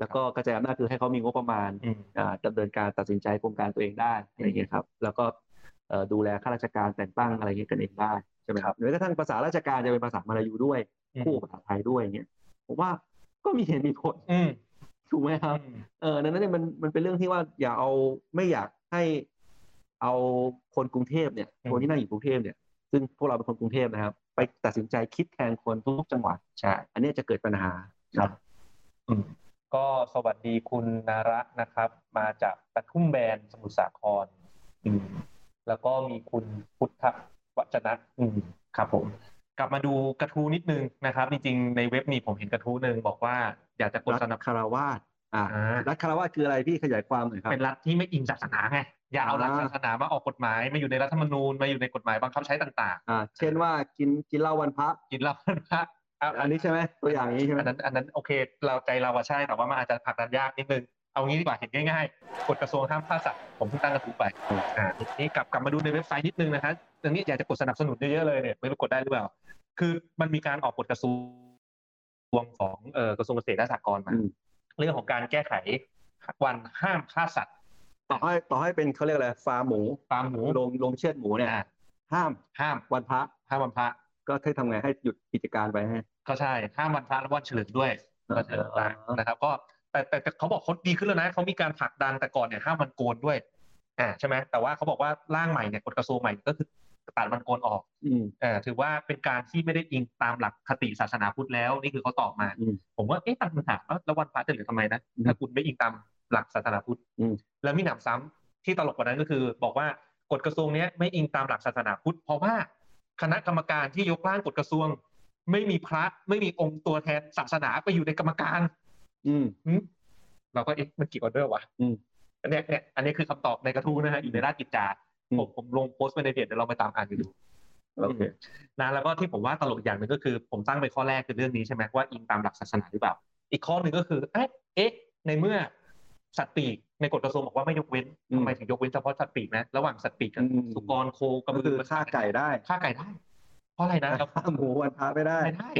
Speaker 3: แล้วก็กระจายอำนาจคือให้เขามีงบประมาณ
Speaker 6: อืม
Speaker 3: อ่าดำเนินการตัดสินใจโครงการตัวเองได้อะไรอย่างเงี้ยครับ แล้วก็เอ่อดูแลข้าราชการแต่งตั้งอะไรอย่างเงี้ยกันเองได้ใช่ไหมครับหรือกระทั่งภาษาราชการจะเป็นภาษามาลายูด้วย คู่กับภาษาไทยด้วยอย่างเงี้ยผมว่าก็มีเหตุมีผล <laughs>
Speaker 6: อืม
Speaker 3: ถูกไหมค
Speaker 6: อื
Speaker 3: รับ
Speaker 6: ม
Speaker 3: เออดังนั้นเนี่ยมันมันเป็นเรื่องที่ว่าอย่าเอาไม่อยากให้เอาคนกรุงเทพเนี่ย
Speaker 6: อืม
Speaker 3: คนที่นั่งอยู่กรุงเทพเนี่ยซึ่งพวกเราเป็นคนกรุงเทพนะครับ ไปตัดสินใจคิดแทนคนทุกจังหวัด
Speaker 6: ใช่
Speaker 3: อันเนี้ยจะเกิดปัญหา
Speaker 6: ครับ อืมก็สวัสดีคุณนาระนะครับ มาจากตะทุ่มแบนสมุทรสาครอืมแล้วก็มีคุณพุทธวัจนะอืมครับผม กลับมาดูกระทู้นิดนึงนะครับ จริงๆในเว็บนี้ผมเห็นกระทู้หนึ่งบอกว่าอยากจะกด
Speaker 3: รัฐ
Speaker 6: สนับส
Speaker 3: คารวาสอ่า
Speaker 6: นุน
Speaker 3: รัฐคารวาสคืออะไรพี่ขยายความหน่อยครับ
Speaker 6: เป็นรัฐที่ไม่อิงศาสนาไง อย่าเอา
Speaker 3: อ่า
Speaker 6: หลักศาสนามาออกกฎหมายมาอยู่ในรัฐธรรมนูญมาอยู่ในกฎหมายบังคับใช้ต่าง
Speaker 3: อ่าเช่นว่ากินกินเหล้าวันพระ
Speaker 6: ๆ กินเหล้าพระะ
Speaker 3: อันนี้ใช่ไหมตัวอย่างนี้ใช่ไหม
Speaker 6: อันนั้นอันนั้นโอเค เราใจเราอะใช่แต่ว่ามันอาจจะผลักดันยากนิดนึง เอางี้ดีกว่าเห็นง่ายๆกฎกระทรวงห้ามฆ่าสัตว์ผมเพิ่งตั้งกระทู้ไปอ่านี่กลับกลับมาดูในเว็บไซต์นิดนึงนะฮะตรงนี้อยากจะกดสนับสนุนเยอะๆเลยเนี่ยไม่รู้กดได้หรือเปล่า คือมันมีการออกกฎกระทรวงของเอ่อกระทรวงเกษตรและสหกรณ์มา
Speaker 3: อืม
Speaker 6: เรื่องของการแก้ไขวันห้ามฆ่าสัตว์
Speaker 3: ต่อให้ต่อให้เป็นเขาเรียกอะไรฟาร์มหมู
Speaker 6: ฟาร์มหมู
Speaker 3: โรงโรงเชือดหมูเนี่ย
Speaker 6: อ่า
Speaker 3: ห้าม
Speaker 6: ห้าม
Speaker 3: วันพระ
Speaker 6: ห้ามวันพระ
Speaker 3: ก็ให้ทำไงให้หยุดกิจการไปให้
Speaker 6: ก็ใช่ห้ามวันพระและวันเฉลิมด้วยวันเฉลิมพระนะครับ ก็แต่แต่แต่เขาบอกเขาดีขึ้นแล้วนะเขามีการผลักดันแต่ก่อนเนี่ยห้ามวันโกนด้วยอ่าใช่ไหมแต่ว่าเขาบอกว่าร่างใหม่เนี่ยกฎกระทรวงใหม่ก็คือตัดวันโกนออก
Speaker 3: อืม
Speaker 6: เออถือว่าเป็นการที่ไม่ได้อิงตามหลักคติศาสนาพุทธแล้วนี่คือเขาตอบมา
Speaker 3: อืม
Speaker 6: ผมว่าเอ๊ะตั้งคำถามว่าแล้ววันพระจะเหลือทำไมนะ
Speaker 3: อืม
Speaker 6: ถ้าคุณไม่อิงตามหลักศาสนาพุทธ
Speaker 3: อืม
Speaker 6: แล้วมีหนำซ้ำที่ตลกกว่านั้นก็คือ บอกว่ากฎกระทรวงเนี้ยไม่อิงตามหลักศาสนาพุทธเพราะว่า คณะกรรมการที่ยกร่างกฎกระทรวง ไม่มีพระไม่มีองค์ตัวแทนศาสนาไปอยู่ในกรรมการ
Speaker 3: อืม
Speaker 6: หึเราก็เอ๊ะมันเกี่ยวกันด้วยวะ
Speaker 3: อืม
Speaker 6: อันเนี้ยเนี่ยอันนี้คือคำตอบในกระทู้นะฮะอยู่ในราชกิจจา
Speaker 3: อืม
Speaker 6: ผมผมลงโพสต์ไปในเพจเดี๋ยวเราไปตามอ่านกันดู
Speaker 3: โอเค
Speaker 6: นะแล้วก็ที่ผมว่าตลกอย่างหนึ่งก็คือ ผมตั้งไปข้อแรกคือเรื่องนี้ใช่ไหมว่าอิงตามหลักศาสนาหรือเปล่า อีกข้อหนึ่งก็คือเอ๊ะเอ๊ะในเมื่อสัตว์ปีกในกฎกระทรวงบอกว่าไม่ยกเว้น
Speaker 3: อืม
Speaker 6: ทำไมถึงยกเว้นเฉพาะสัตว์ปีกนะระหว่างสัตว์ปีกกับ
Speaker 3: อืม
Speaker 6: สุกรโคก
Speaker 3: ก็
Speaker 6: ระบื
Speaker 3: คือ
Speaker 6: อ
Speaker 3: ฆ่าไก่ได้
Speaker 6: ฆ่าไก่ได้ เพราะอะไรนะ
Speaker 3: แต่
Speaker 6: เรา
Speaker 3: ฆ่าหมูวันพระไม่ได้
Speaker 6: ไม่ได้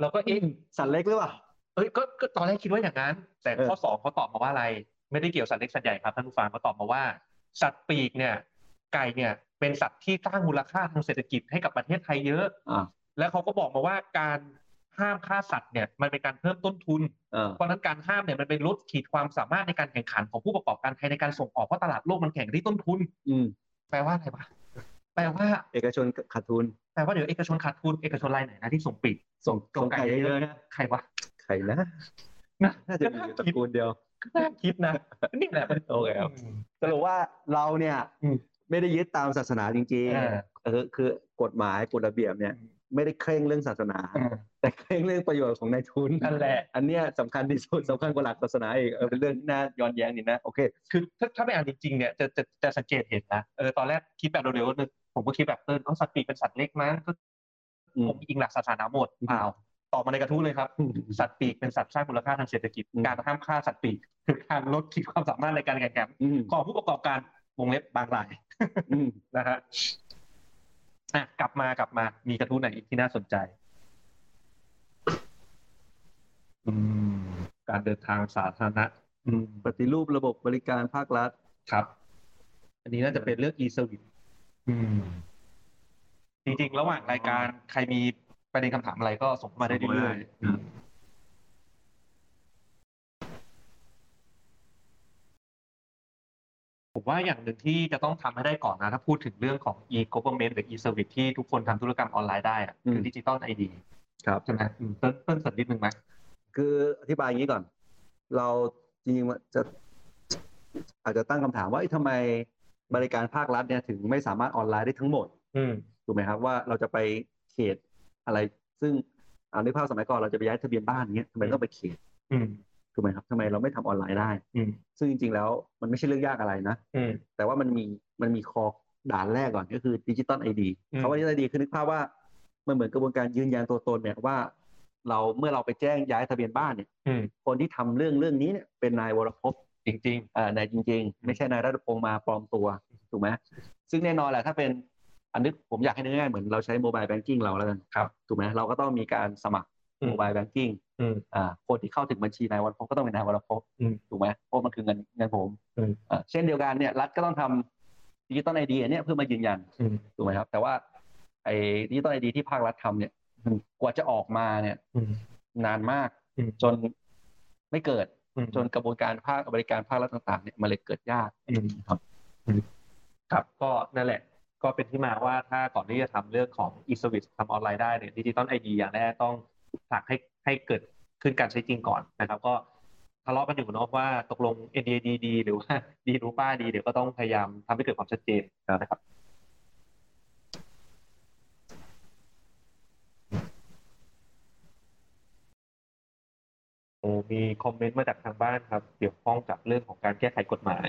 Speaker 6: เราก็เอ๊ะ
Speaker 3: สัตว์เล็กหรือเปล่า
Speaker 6: เอ้ยก็ก็ตอนแรกคิดว่าอย่างนั้น แต่
Speaker 3: เออ
Speaker 6: ข้อสองเขาตอบมาว่าอะไร ไม่ได้เกี่ยวสัตว์เล็กสัตว์ใหญ่ครับท่านผู้ฟังเขาตอบมาว่า สัตว์ปีกเนี่ย ไก่เนี่ยเป็นสัตว์ที่สร้างมูลค่าทางเศรษฐกิจให้กับประเทศไทยเยอะ
Speaker 3: อ่า
Speaker 6: แล้วเขาก็บอกมาว่าการห้ามฆ่าสัตว์เนี่ยมันเป็นการเพิ่มต้นทุน
Speaker 3: เออ
Speaker 6: เพราะฉะนั้นการห้ามเนี่ยมันเป็นลดขีดความสามารถในการแข่งขันของผู้ประกอบการไทยในการส่งออกเพราะตลาดโลกมันแข่งที่ต้นทุน
Speaker 3: อืม
Speaker 6: แปลว่าอะไรวะแปลว่า
Speaker 3: เอกชนขาดทุน
Speaker 6: แปลว่าเดี๋ยวเอกชนขาดทุนเอกชนรายไหนนะที่ส่งปิด
Speaker 3: ส่ง
Speaker 6: ส่งไก่เยอะ
Speaker 3: ๆนะ
Speaker 6: ใครวะ
Speaker 3: ไข่นะ
Speaker 6: นะ
Speaker 3: น่าจะมีอยู่ตระกูลเดียว
Speaker 6: ก็น่าคิดนะนี่แหละมัน
Speaker 3: โอเคครับ
Speaker 6: อืม
Speaker 3: สรุปว่าเราเนี่ย
Speaker 6: อืม
Speaker 3: ไม่ได้ยึดตามศาสนาจริง
Speaker 6: เออ
Speaker 3: ๆเออคือกฎหมายกฎระเบียบเนี่ย ไม่ได้เคร่งเรื่องศาสนา
Speaker 6: เออ
Speaker 3: แต่เคร่งเรื่องประโยชน์ของนายทุน
Speaker 6: นั่นแหละ
Speaker 3: อันเนี้ยสำคัญที่สุดสำคัญกว่าหลักศาสนาอีกเออเป็นเรื่องที่น่าย้อนแย้งนี่นะโอเค
Speaker 6: คือถ้าถ้าไปอ่านจริงๆเนี่ยจะจะจะสังเกตเห็นนะเออตอนแรกคิดแบบเร็วๆนึงผมก็คิดแบบเออเขาสัตว์ปีกเป็นสัตว์เล็กมั้งก็
Speaker 3: อืม
Speaker 6: คงอิงหลักศาสนาหมดเปล่าตอบมาในกระทู้เลยครับ สัตว์ปีกเป็นสัตว์สร้างมูลค่าทางเศรษฐกิจ
Speaker 3: อืม
Speaker 6: การห้ามฆ่าสัตว์ปีกคือการลดขีดความสามารถในการแข่งขัน
Speaker 3: อืม
Speaker 6: ของผู้ประกอบการวงเล็บบางราย
Speaker 3: อืม
Speaker 6: นะฮะอ่ะกลับมากลับมามีกระทู้ไหนอีกที่น่าสนใจอืมการเดินทางสาธารณะอืม
Speaker 3: ปฏิรูประบบบริการภาครัฐ
Speaker 6: ครับ อันนี้น่าจะเป็นเรื่อง e-service อืม จริงๆ ระหว่างรายการใครมีประเด็นคำถามอะไรก็ส่งเข้ามาได้เรื่อย
Speaker 3: ครับ
Speaker 6: ๆผมว่าอย่างหนึ่งที่จะต้องทำให้ได้ก่อนนะ ถ้าพูดถึงเรื่องของ e-government หรือ e-service ที่ทุกคนทำธุรกรรมออนไลน์ได้อะคือดิจิตอลไอดี
Speaker 3: ครับ
Speaker 6: ใช่ไหมอืมเติ้ลเติ้ลสักนิดนึงไหม
Speaker 3: คืออธิบายอย่างนี้ก่อน เราจริงๆว่าจะอาจจะตั้งคำถามว่าเอ้ยทำไมบริการภาครัฐเนี่ยถึงไม่สามารถออนไลน์ได้ทั้งหมด
Speaker 6: อืม
Speaker 3: ถูกไหมครับว่าเราจะไปเขตอะไร ซึ่งอาในกภาพสมัยก่อนเราจะไปย้ายทะเบียนบ้านอย่างเงี้ยทำไมต้องไปเขต
Speaker 6: อืม
Speaker 3: ถูกไหมครับทำไมเราไม่ทำออนไลน์ได้
Speaker 6: อืม
Speaker 3: ซึ่งจริงๆแล้วมันไม่ใช่เรื่องยากอะไรนะ
Speaker 6: อืม
Speaker 3: แต่ว่ามันมีมันมีคอด่านแรกก่อนก็คือดิจิตอลไอดี
Speaker 6: อืม
Speaker 3: คำว่าดิจิตอลไอดีคือนึกภาพว่า มันเหมือนกระบวนการยืนยันตัวตนเนี่ยว่า เราเมื่อเราไปแจ้งย้ายทะเบียนบ้านเนี่ย
Speaker 6: อืม
Speaker 3: คนที่ทำเรื่องเรื่องนี้เนี่ยเป็นนายวรภพ
Speaker 6: จริง
Speaker 3: เอ่อนายจริง ๆ ไม่ใช่นายรัตพงศ์มาปลอมตัวถูกไหมซึ่งแน่นอนแหละถ้าเป็นอันนึกผมอยากให้นึกง่ายๆเหมือนเราใช้โมบายแบงกิ้งเราแล้วกัน
Speaker 6: ครับ
Speaker 3: ถูกไหมเราก็ต้องมีการสมัคร
Speaker 6: อืม
Speaker 3: โมบายแบงกิ้ง
Speaker 6: อืม
Speaker 3: อ่าคนที่เข้าถึงบัญชีนายวรพจน์ก็ต้องเป็นนายวรพจน์
Speaker 6: อืม
Speaker 3: ถูกไหมเพราะมันคือเงินเงินผม
Speaker 6: อืม
Speaker 3: อ่าเช่นเดียวกันเนี่ยรัฐก็ต้องทำดิจิตอลไอเดียเนี่ยเพื่อมายืนยัน
Speaker 6: อืม
Speaker 3: ถูกไหมครับแต่ว่าไอ้ดิจิตอลไอเดียที่ภาครัฐทำเนี่ยมันกว่าจะออกมาเนี่ย
Speaker 6: ๆอืม
Speaker 3: นานมาก
Speaker 6: อืม
Speaker 3: จนไม่เกิด
Speaker 6: อืม
Speaker 3: จนกระบวนการภาคบริการภาครัฐต่างๆเนี่ยมันเลยเกิดยาก
Speaker 6: อืม
Speaker 3: ครับ
Speaker 6: ครับก็นั่นแหละก็เป็นที่มาว่าถ้าก่อนที่จะทำเรื่องของ e-service ทำออนไลน์ได้เนี่ยดิจิตอลไอดีอย่างแรกต้องผลักให้ให้เกิดขึ้นการใช้จริงก่อนนะครับ ก็ทะเลาะกันอยู่เนาะว่าตกลง NDA ดีดีหรือว่า <laughs> ดีรู้ป้าดีเดี๋ยวก็ต้องพยายามทำให้เกิดความชัดเจนนะครับ โอ้มีคอมเมนต์มาจากทางบ้านครับ เกี่ยวข้องกับเรื่องของการแก้ไขกฎหมาย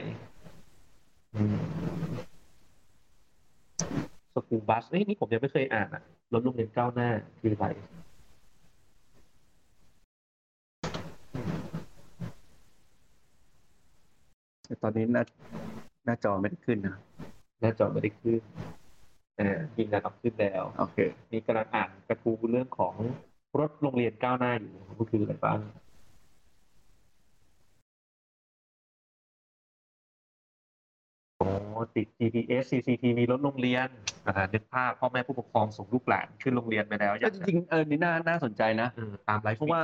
Speaker 6: อืม สกูลบัสเอ้ยนี่ผมยังไม่เคยอ่านอ่ะรถโรงเรียนก้าวหน้าคืออะไร
Speaker 3: ตอนนี้หน้าหน้าจอไม่ได้ขึ้นนะ
Speaker 6: หน้าจอไม่ได้ขึ้นอ่ายินนะครับขึ้นแล้ว
Speaker 3: โอเค
Speaker 6: มีกำลังอ่านกระทู้เรื่องของรถโรงเรียนก้าวหน้าอยู่ก็คืออะไรบ้างโอ้ติด GPS CCTV รถโรงเรียนอ่านึกภาพพ่อแม่ผู้ปกครองส่งลูกหลานขึ้นโรงเรียนไปแล้วอ
Speaker 3: ก็
Speaker 6: ยาก
Speaker 3: จริงๆเออนี่น่าน่าสนใจนะ
Speaker 6: อืมตามไลฟ์
Speaker 3: เพราะว่า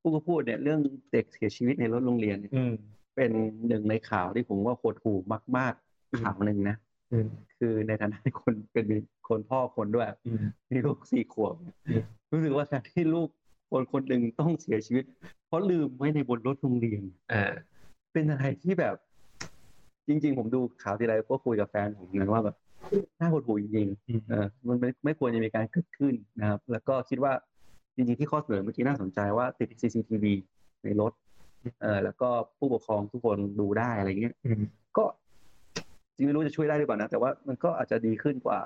Speaker 3: ผู้ก็พูดเนี่ยเรื่องเด็กเสียชีวิตในรถโรงเรียนเนี่ย
Speaker 6: อืม
Speaker 3: เป็นหนึ่งในข่าวที่ผมว่าโหดหู่มาก
Speaker 6: อืม
Speaker 3: ๆ ข่าวหนึ่งนะ
Speaker 6: อืม
Speaker 3: คือในฐานะที่คนเป็นคนพ่อคนด้วย
Speaker 6: อืม
Speaker 3: มีลูกสี่ขวบ
Speaker 6: อืม
Speaker 3: รู้สึกว่าการที่ลูกคนคนหนึ่งต้องเสียชีวิต เพราะลืมไว้ในบนรถโรงเรียน
Speaker 6: อ่า
Speaker 3: เป็นอะไรที่แบบ จริง ๆ ผมดูข่าวทีไรก็คุยกับแฟนผมเหมือนกันว่าแบบน่าหดหู่จริง
Speaker 6: อืม
Speaker 3: ๆเออมันไม่ไม่ควรจะมีการเกิดขึ้นนะครับ แล้วก็คิดว่าจริง ๆ ที่ข้อเสนอเมื่อกี้น่าสนใจว่าติด CCTV ในรถเออแล้วก็ผู้ปกครองทุกคนดูได้อะไรเงี้ย
Speaker 6: อืม
Speaker 3: ก็จริงไม่รู้จะช่วยได้หรือเปล่านะแต่ว่ามันก็อาจจะดีขึ้นกว่า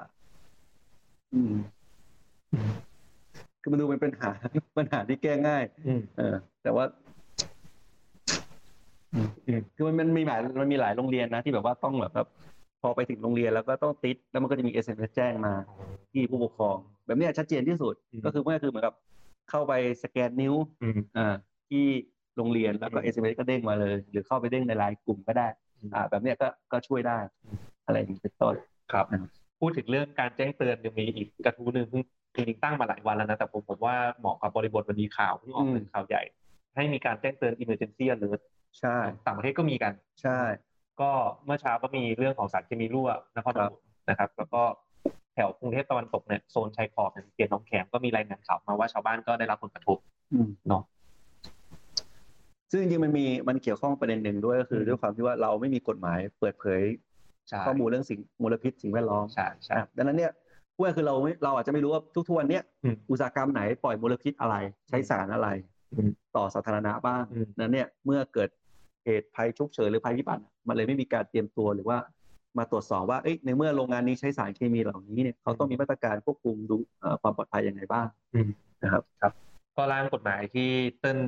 Speaker 3: อืม คือมันดูเป็นปัญหา <laughs> ปัญหาที่แก้ง่าย
Speaker 6: อืม
Speaker 3: เออแต่ว่า
Speaker 6: อืม
Speaker 3: คือมันมันมีหลายมันมีหลายโรงเรียนนะ ที่แบบว่าต้องแบบว่าพอไปถึงโรงเรียนแล้วก็ต้องติด แล้วมันก็จะมีเอสเอ็มเอสแจ้งมาที่ผู้ปกครอง แบบเนี้ยชัดเจนที่สุด
Speaker 6: อืม
Speaker 3: ก็คือเมื่อคือเหมือนกับเข้าไปสแกนนิ้ว
Speaker 6: อืม
Speaker 3: อ่าที่โรงเรียนแล้วก็
Speaker 6: อื
Speaker 3: เอ
Speaker 6: ม
Speaker 3: สเอ็มเอสก็เด้งมาเลย หรือเข้าไปเด้งในไลน์กลุ่มก็ได้
Speaker 6: อืม
Speaker 3: อ่า แบบเนี้ยก็ก็ช่วยได้ อะไรอย่างนี้เป็นต้น
Speaker 6: ครับ
Speaker 3: นะครับ
Speaker 6: พูดถึงเรื่องการแจ้งเตือนยังมีอีกกระทู้หนึ่งเพิ่งจริงๆตั้งมาหลายวันแล้วนะ แต่ผมผมว่าเหมาะกับบริบทวันนี้ข่าวเพิ่งออกเป็นข่าวใหญ่ ให้มีการแจ้งเตือน emergency alert
Speaker 3: ใช่
Speaker 6: ต่างประเทศก็มีกัน
Speaker 3: ใช่
Speaker 6: ก็เมื่อเช้าก็มีเรื่องของสารเคมีรั่วนครปฐมนะครับ แล้วก็แถวกรุงเทพตะวันตกเนี่ยโซนชายขอบเนี่ยเขตหนองแขมก็มีรายงานข่าวมาว่าชาวบ้านก็ได้รับผลกระทบ
Speaker 3: อืม
Speaker 6: เนาะ
Speaker 3: ซึ่งจริงๆมันมีมันเกี่ยวข้องประเด็นหนึ่งด้วยก็คืออ
Speaker 6: ม
Speaker 3: ด้วยความที่ว่าเราไม่มีกฎหมายเปิดเผย
Speaker 6: ใช่
Speaker 3: ข้อมูลเรื่องสิ่งมลพิษสิ่งแวดล้อม
Speaker 6: ใช่ใช่
Speaker 3: อ่ะดังนั้นเนี่ยพูดง่ายๆคือเราไม่เราอาจจะไม่รู้ว่าทุกๆวันเนี้ย
Speaker 6: อืม
Speaker 3: อุตสาหกรรมไหนปล่อยมลพิษอะไร ใช้สารอะไร
Speaker 6: อืม
Speaker 3: ต่อสาธารณะบ้าง
Speaker 6: อืม
Speaker 3: ดังนั้นเนี่ยเมื่อเกิดเหตุภัยฉุกเฉินหรือภัยพิบัติมันเลยไม่มีการเตรียมตัวหรือว่ามาตรวจสอบว่าเอ้ยในเมื่อโรงงานนี้ใช้สารเคมีเหล่านี้เนี่ยเขาต้องมีมาตรการควบคุมดูเอ่อความปลอดภัยยังไงบ้าง
Speaker 6: ก็ร่างกฎหมายที่เติ้ล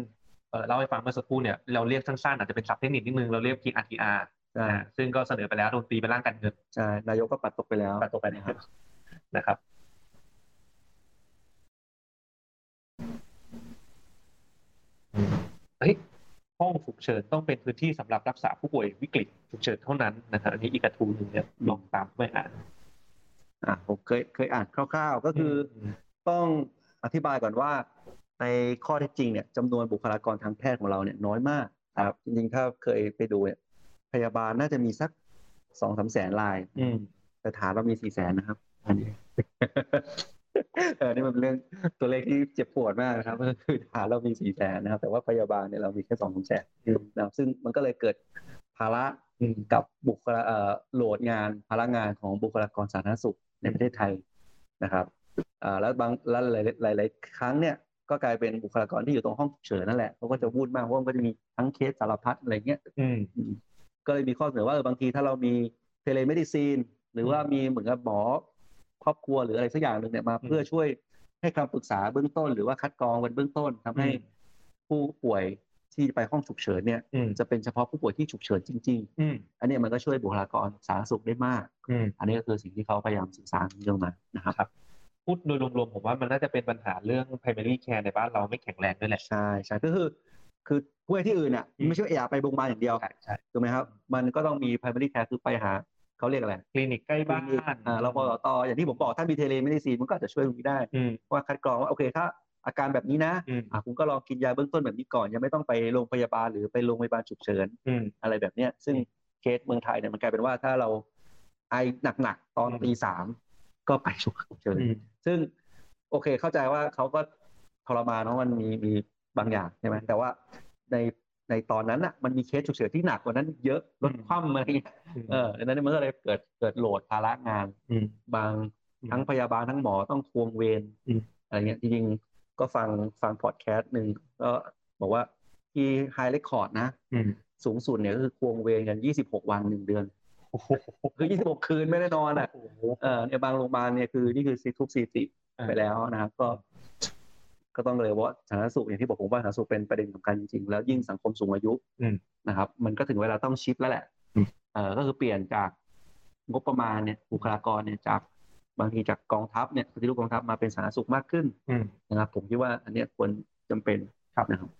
Speaker 6: เอ่อเล่าให้ฟังเมื่อสักครู่เนี่ยเราเรียกสั้นๆอาจจะเป็นศัพท์เทคนิคนิดนึงเราเรียก PRTR
Speaker 3: ใช่
Speaker 6: อ่าซึ่งก็เสนอไปแล้วโดนตีเป็นร่างการเงิน
Speaker 3: ใช่นายกก็ปัดตกไปแล้ว
Speaker 6: ปัดตกไปนะครับนะครับ เฮ้ย ห้องฉุกเฉินต้องเป็นพื้นที่สำหรับรักษาผู้ป่วยวิกฤตฉุกเฉินเท่านั้นนะครับอันนี้อีกกระทูหนึ่งเนี่ยลองตามไปอ่าน
Speaker 3: อ่ะผมเคยเคยอ่านคร่าวๆ ก็คืออ
Speaker 6: ม
Speaker 3: ต้องอธิบายก่อนว่า ในข้อเท็จจริงเนี่ยจำนวนบุคลากรทางแพทย์ของเราเนี่ยน้อยมากครับจริงๆ ถ้าเคยไปดูเนี่ยพยาบาลน่าจะมีสักสองสามแสนลาย
Speaker 6: อืม
Speaker 3: แต่ฐานเรามีสี่แสนนะครับ อันนี้ <laughs> เออนี่มันเป็นเรื่องตัวเลขที่เจ็บปวดมากนะครับก็คือฐานเรามีสี่แสนนะครับ แต่ว่าพยาบาลเนี่ยเรามีแค่สองสามแสนนะครับซึ่งมันก็เลยเกิดภาระกับบุคลาเอ่อโหลดงานภาระงานของบุคลากรสาธารณสุขในประเทศไทยนะครับอ่าแล้วบางแล้วหลายๆหลาย ๆ ครั้งเนี่ยก็กลายเป็นบุคลากรที่อยู่ตรงห้องฉุกเฉินนั่นแหละเขาก็จะวุ่นมากเพราะมันก็จะมีทั้งเคสสารพัดอะไรเงี้ย
Speaker 6: อืม
Speaker 3: อืมก็เลยมีข้อเสนอว่าเออบางทีถ้าเรามีเทเลเมดิซีน หรือว่ามีเหมือนกับหมอ ครอบครัวหรืออะไรสักอย่างหนึ่งเนี่ยมาเพื่อช่วยให้คำปรึกษาเบื้องต้น หรือว่าคัดกรองวันเบื้องต้นทำให้
Speaker 6: อืม
Speaker 3: ผู้ป่วยที่ไปห้องฉุกเฉินเนี่ย
Speaker 6: อืม
Speaker 3: จะเป็นเฉพาะผู้ป่วยที่ฉุกเฉินจริง
Speaker 6: อืม
Speaker 3: ๆ อันเนี้ยมันก็ช่วยบุคลากรสาธารณสุขได้มาก
Speaker 6: อืม
Speaker 3: อันนี้ก็คือสิ่งที่เขาพยายามสื่อสารเรื่องมานะครับ
Speaker 6: พูดโดยรวมๆผมว่ามันน่าจะเป็นปัญหาเรื่อง primary care ในบ้านเราไม่แข็งแรงด้วยแหละ
Speaker 3: ใช่ใช่ก็คือ คือผู้ที่อื่นเนี่ย
Speaker 6: อืม
Speaker 3: ไม่ใช่ว่าแอบไปโรงพยาบาลอย่างเดียว
Speaker 6: ใช่ใช่
Speaker 3: ถูกไหมครับ มันก็ต้องมี primary care คือไปหาเขาเรียกอะไร
Speaker 6: คลินิกใกล้บ้าน
Speaker 3: อ่าเราพอต่ออย่างที่ผมบอกถ้ามีเทเลไม่ได้ซีนมันก็อาจจะช่วยตรงนี้ได้
Speaker 6: อืม
Speaker 3: ว่าคัดกรองว่าโอเคถ้าอาการแบบนี้นะ
Speaker 6: อืม
Speaker 3: อ่ะคุณก็ลองกินยาเบื้องต้นแบบนี้ก่อนยังไม่ต้องไปโรงพยาบาลหรือไปโรงพยาบาลฉุกเฉิน
Speaker 6: อืม
Speaker 3: อะไรแบบเนี้ยซึ่งเคสเมืองไทยเนี่ยมันกลายเป็นว่าถ้าเราไอหนักๆ ตอน
Speaker 6: อืม
Speaker 3: ตีสามก็ไปฉุกเฉิน
Speaker 6: อืม
Speaker 3: ซึ่งโอเคเข้าใจว่าเขาก็ทรมานเนาะมันมีมีบางอย่างใช่ไหมแต่ว่าในในตอนนั้นอ่ะมันมีเคสฉุกเฉินที่หนักกว่านั้นเยอะรถ
Speaker 6: อืม
Speaker 3: คว่ำอะไรเงี้ยเออดังนั้นมันก็เลยเกิดเกิดโหลดภาระงาน
Speaker 6: อืม
Speaker 3: บาง
Speaker 6: อืม
Speaker 3: ทั้งพยาบาลทั้งหมอต้องควงเวร
Speaker 6: อืม
Speaker 3: อะไรเงี้ยจริงๆก็ฟังฟังพอดแคสต์หนึ่งก็บอกว่าที่ไฮเรคคอร์ดนะ
Speaker 6: อืม
Speaker 3: สูงสุดเนี่ยก็คือควงเวรกัน 26 วันหนึ่งเดือน
Speaker 6: โอ้โห
Speaker 3: คือ 26 คืนไม่ได้นอนอ่ะ
Speaker 6: โอ้โห
Speaker 3: เออในบางโรงพยาบาลเนี่ยคือนี่คือซีทุกซีติ
Speaker 6: อ่า
Speaker 3: ไปแล้วนะครับ ก็ ก็ต้องเลยว่าสาธารณสุขอย่างที่บอกผมว่าสาธารณสุขเป็นประเด็นสำคัญจริงๆ แล้วยิ่งสังคมสูงอายุ
Speaker 6: อืม
Speaker 3: นะครับ มันก็ถึงเวลาต้องชิปแล้วแหละ
Speaker 6: อืม
Speaker 3: เออก็คือเปลี่ยนจากงบประมาณเนี่ยบุคลากรเนี่ยจากบางทีจากกองทัพเนี่ยปฏิรูปกองทัพมาเป็นสาธารณสุขมากขึ้น
Speaker 6: อืม
Speaker 3: นะครับ ผมคิดว่าอันเนี้ยควรจำเป็น
Speaker 6: ครับ
Speaker 3: นะครับ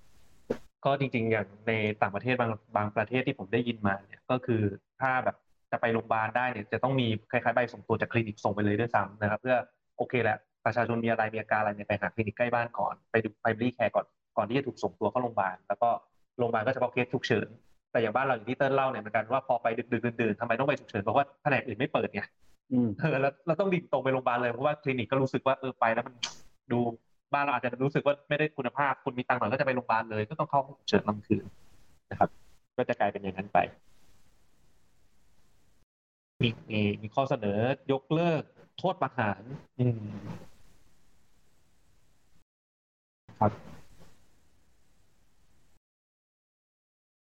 Speaker 6: ก็จริงๆ อย่างในต่างประเทศบางบางประเทศที่ผมได้ยินมาเนี่ยก็คือถ้าแบบจะไปโรงพยาบาลได้เนี่ยจะต้องมีคล้ายๆใบส่งตัวจากคลินิกส่งไปเลยด้วยซ้ำนะครับ เพื่อโอเคแหละประชาชนมีอะไรมีอาการอะไรเนี่ยไปหาคลินิกใกล้บ้านก่อนไปดูไปรีแคร์ก่อนก่อนที่จะถูกส่งตัวเข้าโรงพยาบาลแล้วก็โรงพยาบาลก็เฉพาะเคสฉุกเฉินแต่อย่างบ้านเราอย่างที่เติ้ลเล่าเนี่ยเหมือนกันว่าพอไปดึกๆดื่นๆทำไมต้องไปฉุกเฉินเพราะว่าแผนกอื่นไม่เปิดไง
Speaker 3: อืม
Speaker 6: เออแล้วเราต้องดิ่งตรงไปโรงพยาบาลเลยเพราะว่าคลินิกก็รู้สึกว่าเออไปแล้วมันดูบ้านเราอาจจะรู้สึกว่าไม่ได้คุณภาพคุณมีตังค์หน่อยก็จะไปโรงพยาบาลเลย ก็ต้องเข้าห้องฉุกเฉินกลางคืนนะครับ ก็จะกลายเป็นอย่างนั้นไป มีมีมีข้อเสนอยกเลิกโทษประหาร อืมครับ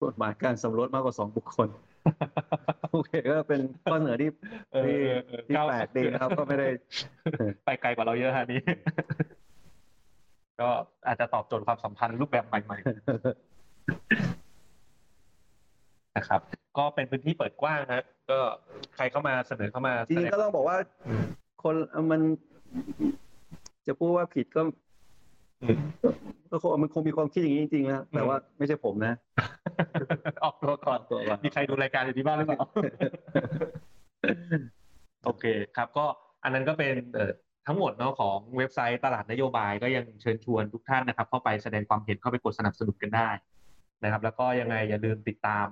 Speaker 3: กฎหมายการสมรสมากกว่าสองบุคคล <laughs> โอเคก็เป็นข้อเสนอที่
Speaker 6: เออเออเออ
Speaker 3: ที่
Speaker 6: ก้าว
Speaker 3: แปลกดีนะครับ ก็ไม่ได้
Speaker 6: ไปไกลกว่าเราเยอะฮะนี่ <laughs> ก็อาจจะตอบโจทย์ความสัมพันธ์รูปแบบใหม่ๆ <laughs> นะครับ ก็เป็นพื้นที่เปิดกว้างฮะก็ใครเข้ามาเสนอเข้ามา
Speaker 3: จริงๆก็ต้องบอกว่า คนมัน จะพูดว่าผิดก็
Speaker 6: อืม
Speaker 3: ก็คงมันคงมีความคิดอย่างนี้จริงๆนะแต่ว่าไม่ใช่ผมนะ
Speaker 6: <laughs> ออกตัวก่อน
Speaker 3: ตัวว่า
Speaker 6: มีใครดูรายการอยู่ที่บ้านหรือเปล่า <laughs> โอเคครับก็อันนั้นก็เป็นเอ่อทั้งหมดเนาะของเว็บไซต์ตลาดนโยบายก็ยังเชิญชวนทุกท่านนะครับ เข้าไปแสดงความเห็นเข้าไปกดสนับสนุนกันได้นะครับ แล้วก็ยังไงอย่าลืมติดตาม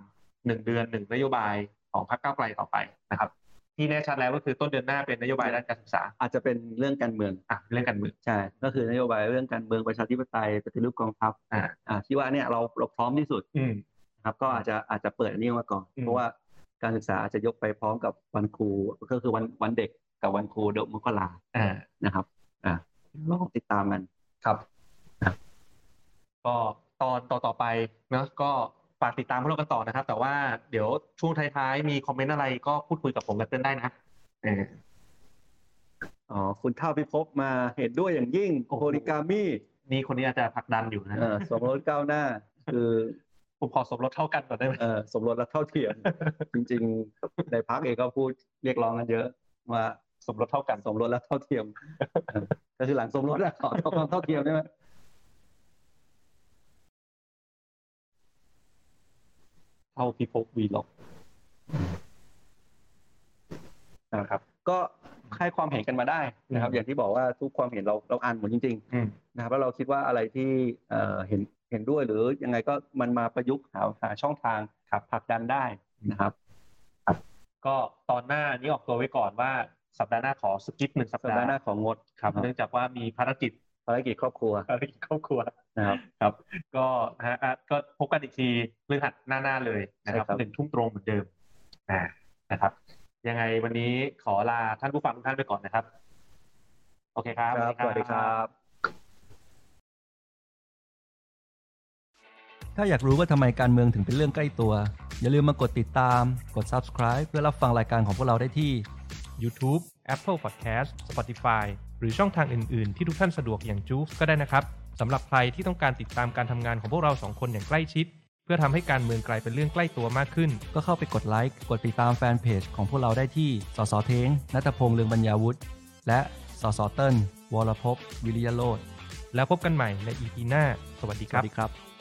Speaker 6: หนึ่งเดือนหนึ่งนโยบายของพรรคก้าวไกลต่อไปนะครับ ที่แน่ชัดแล้วก็คือต้นเดือนหน้าเป็นนโยบายด้านการศึกษา
Speaker 3: อาจจะเป็นเรื่องการเมือง
Speaker 6: อ่ะเรื่องการเมือง
Speaker 3: ใช่ ก็คือนโยบายเรื่องการเมืองประชาธิปไตยปฏิรูปกองทัพ
Speaker 6: อ่า
Speaker 3: อ่าที่ว่าเนี่ยเราเราพร้อมที่สุด
Speaker 6: อืม
Speaker 3: นะครับ ก็อาจจะอาจจะเปิดอันนี้มาก่อน
Speaker 6: อืม
Speaker 3: เพราะว่าการศึกษาอาจจะยกไปพร้อมกับวันครูก็คือวันวันเด็กกับวันครูเดือนมกรา
Speaker 6: อ่า
Speaker 3: นะครับ อ่าลองติดตามกัน
Speaker 6: ครับก็ตอนต่อต่อไปเนอะก็ฝากติดตามพวกเรากันต่อนะครับ แต่ว่าเดี๋ยวช่วงท้ายๆ มีคอมเมนต์อะไรก็พูดคุยกับผมกับเต้นได้นะเออ
Speaker 3: อ๋อ คุณเท่าพิภพมาเห็นด้วยอย่างยิ่ง
Speaker 6: โอ้โห
Speaker 3: โพลิกามี
Speaker 6: นี่คนนี้อาจจะผลักดันอยู่นะ
Speaker 3: เอ่อสมรสก้าวหน้า คือ
Speaker 6: ผมขอสมรสเท่ากันก่อนได้ไหม
Speaker 3: เอ่อสมรสและเท่าเทียม จริงๆ ในพักเองก็พูดเรียกร้องกันเยอะ ว่า
Speaker 6: สมรสเท่ากัน
Speaker 3: สมรสและเท่าเทียมเออก็คือหลังสมรสแล้วขอความเท่าเทียมใช่ไหม
Speaker 6: เท่าพิภพวีล็อกนะครับ
Speaker 3: ก็ให้ความเห็นกันมาได้นะครับ
Speaker 6: อืม
Speaker 3: อย่างที่บอกว่าทุกความเห็นเราเราอ่านหมดจริง ๆ
Speaker 6: อืม
Speaker 3: นะครับแล้วเราคิดว่าอะไรที่เอ่อเห็นเห็นด้วยหรือยังไงก็มันมาประยุกต์หาหาช่องทางครับผลักดันได้นะครับ
Speaker 6: ก็ตอนหน้านี้ออกตัวไว้ก่อนว่าสัปดาห์หน้าขอสกิปหนึ่งสัป
Speaker 3: สัป
Speaker 6: ดา
Speaker 3: ดาห์
Speaker 6: ห์
Speaker 3: หน้าของงด
Speaker 6: ครับเนื่องจากว่ามีภารกิจ
Speaker 3: ภารกิจครอบครัว
Speaker 6: ภารกิจครอบครัว
Speaker 3: นะครับ
Speaker 6: ครับก็ฮะอ่ะก็พบกันอีกทีเรื่องหัดหน้าๆเลยนะครับ
Speaker 3: ใช่ครับ
Speaker 6: หนึ่งทุ่มตรงเหมือนเดิมอ่านะครับ ยังไงวันนี้ขอลาท่านผู้ฟังทุกท่านไปก่อนนะครับ โอเคครับ
Speaker 3: ครับ สวัสดีครับ
Speaker 4: ถ้าอยากรู้ว่าทำไมการเมืองถึงเป็นเรื่องใกล้ตัว อย่าลืมมากดติดตาม กด subscribe เพื่อรับฟังรายการของพวกเราได้ที่
Speaker 5: YouTube
Speaker 6: Apple Podcast Spotify หรือช่องทางอื่น ๆ ที่ทุกท่านสะดวกอย่างจูฟก็ได้นะครับสำหรับใครที่ต้องการติดตามการทำงานของพวกเราสองคนอย่างใกล้ชิด เพื่อทำให้การเมืองกลายเป็นเรื่องใกล้ตัวมากขึ้น
Speaker 3: ก็เข้าไปกดไลค์ กดติดตามแฟนเพจของพวกเราได้ที่ สสเทงนัตพงษ์เลืองบรรยาวุฒิ และ สสเติ้ลวรภพวิริยโรธ
Speaker 6: แล้วพบกันใหม่ใน EP หน้า สวัสดี
Speaker 3: ส
Speaker 6: ค
Speaker 3: วั
Speaker 6: รั
Speaker 3: ส
Speaker 6: บ
Speaker 3: ดีครับ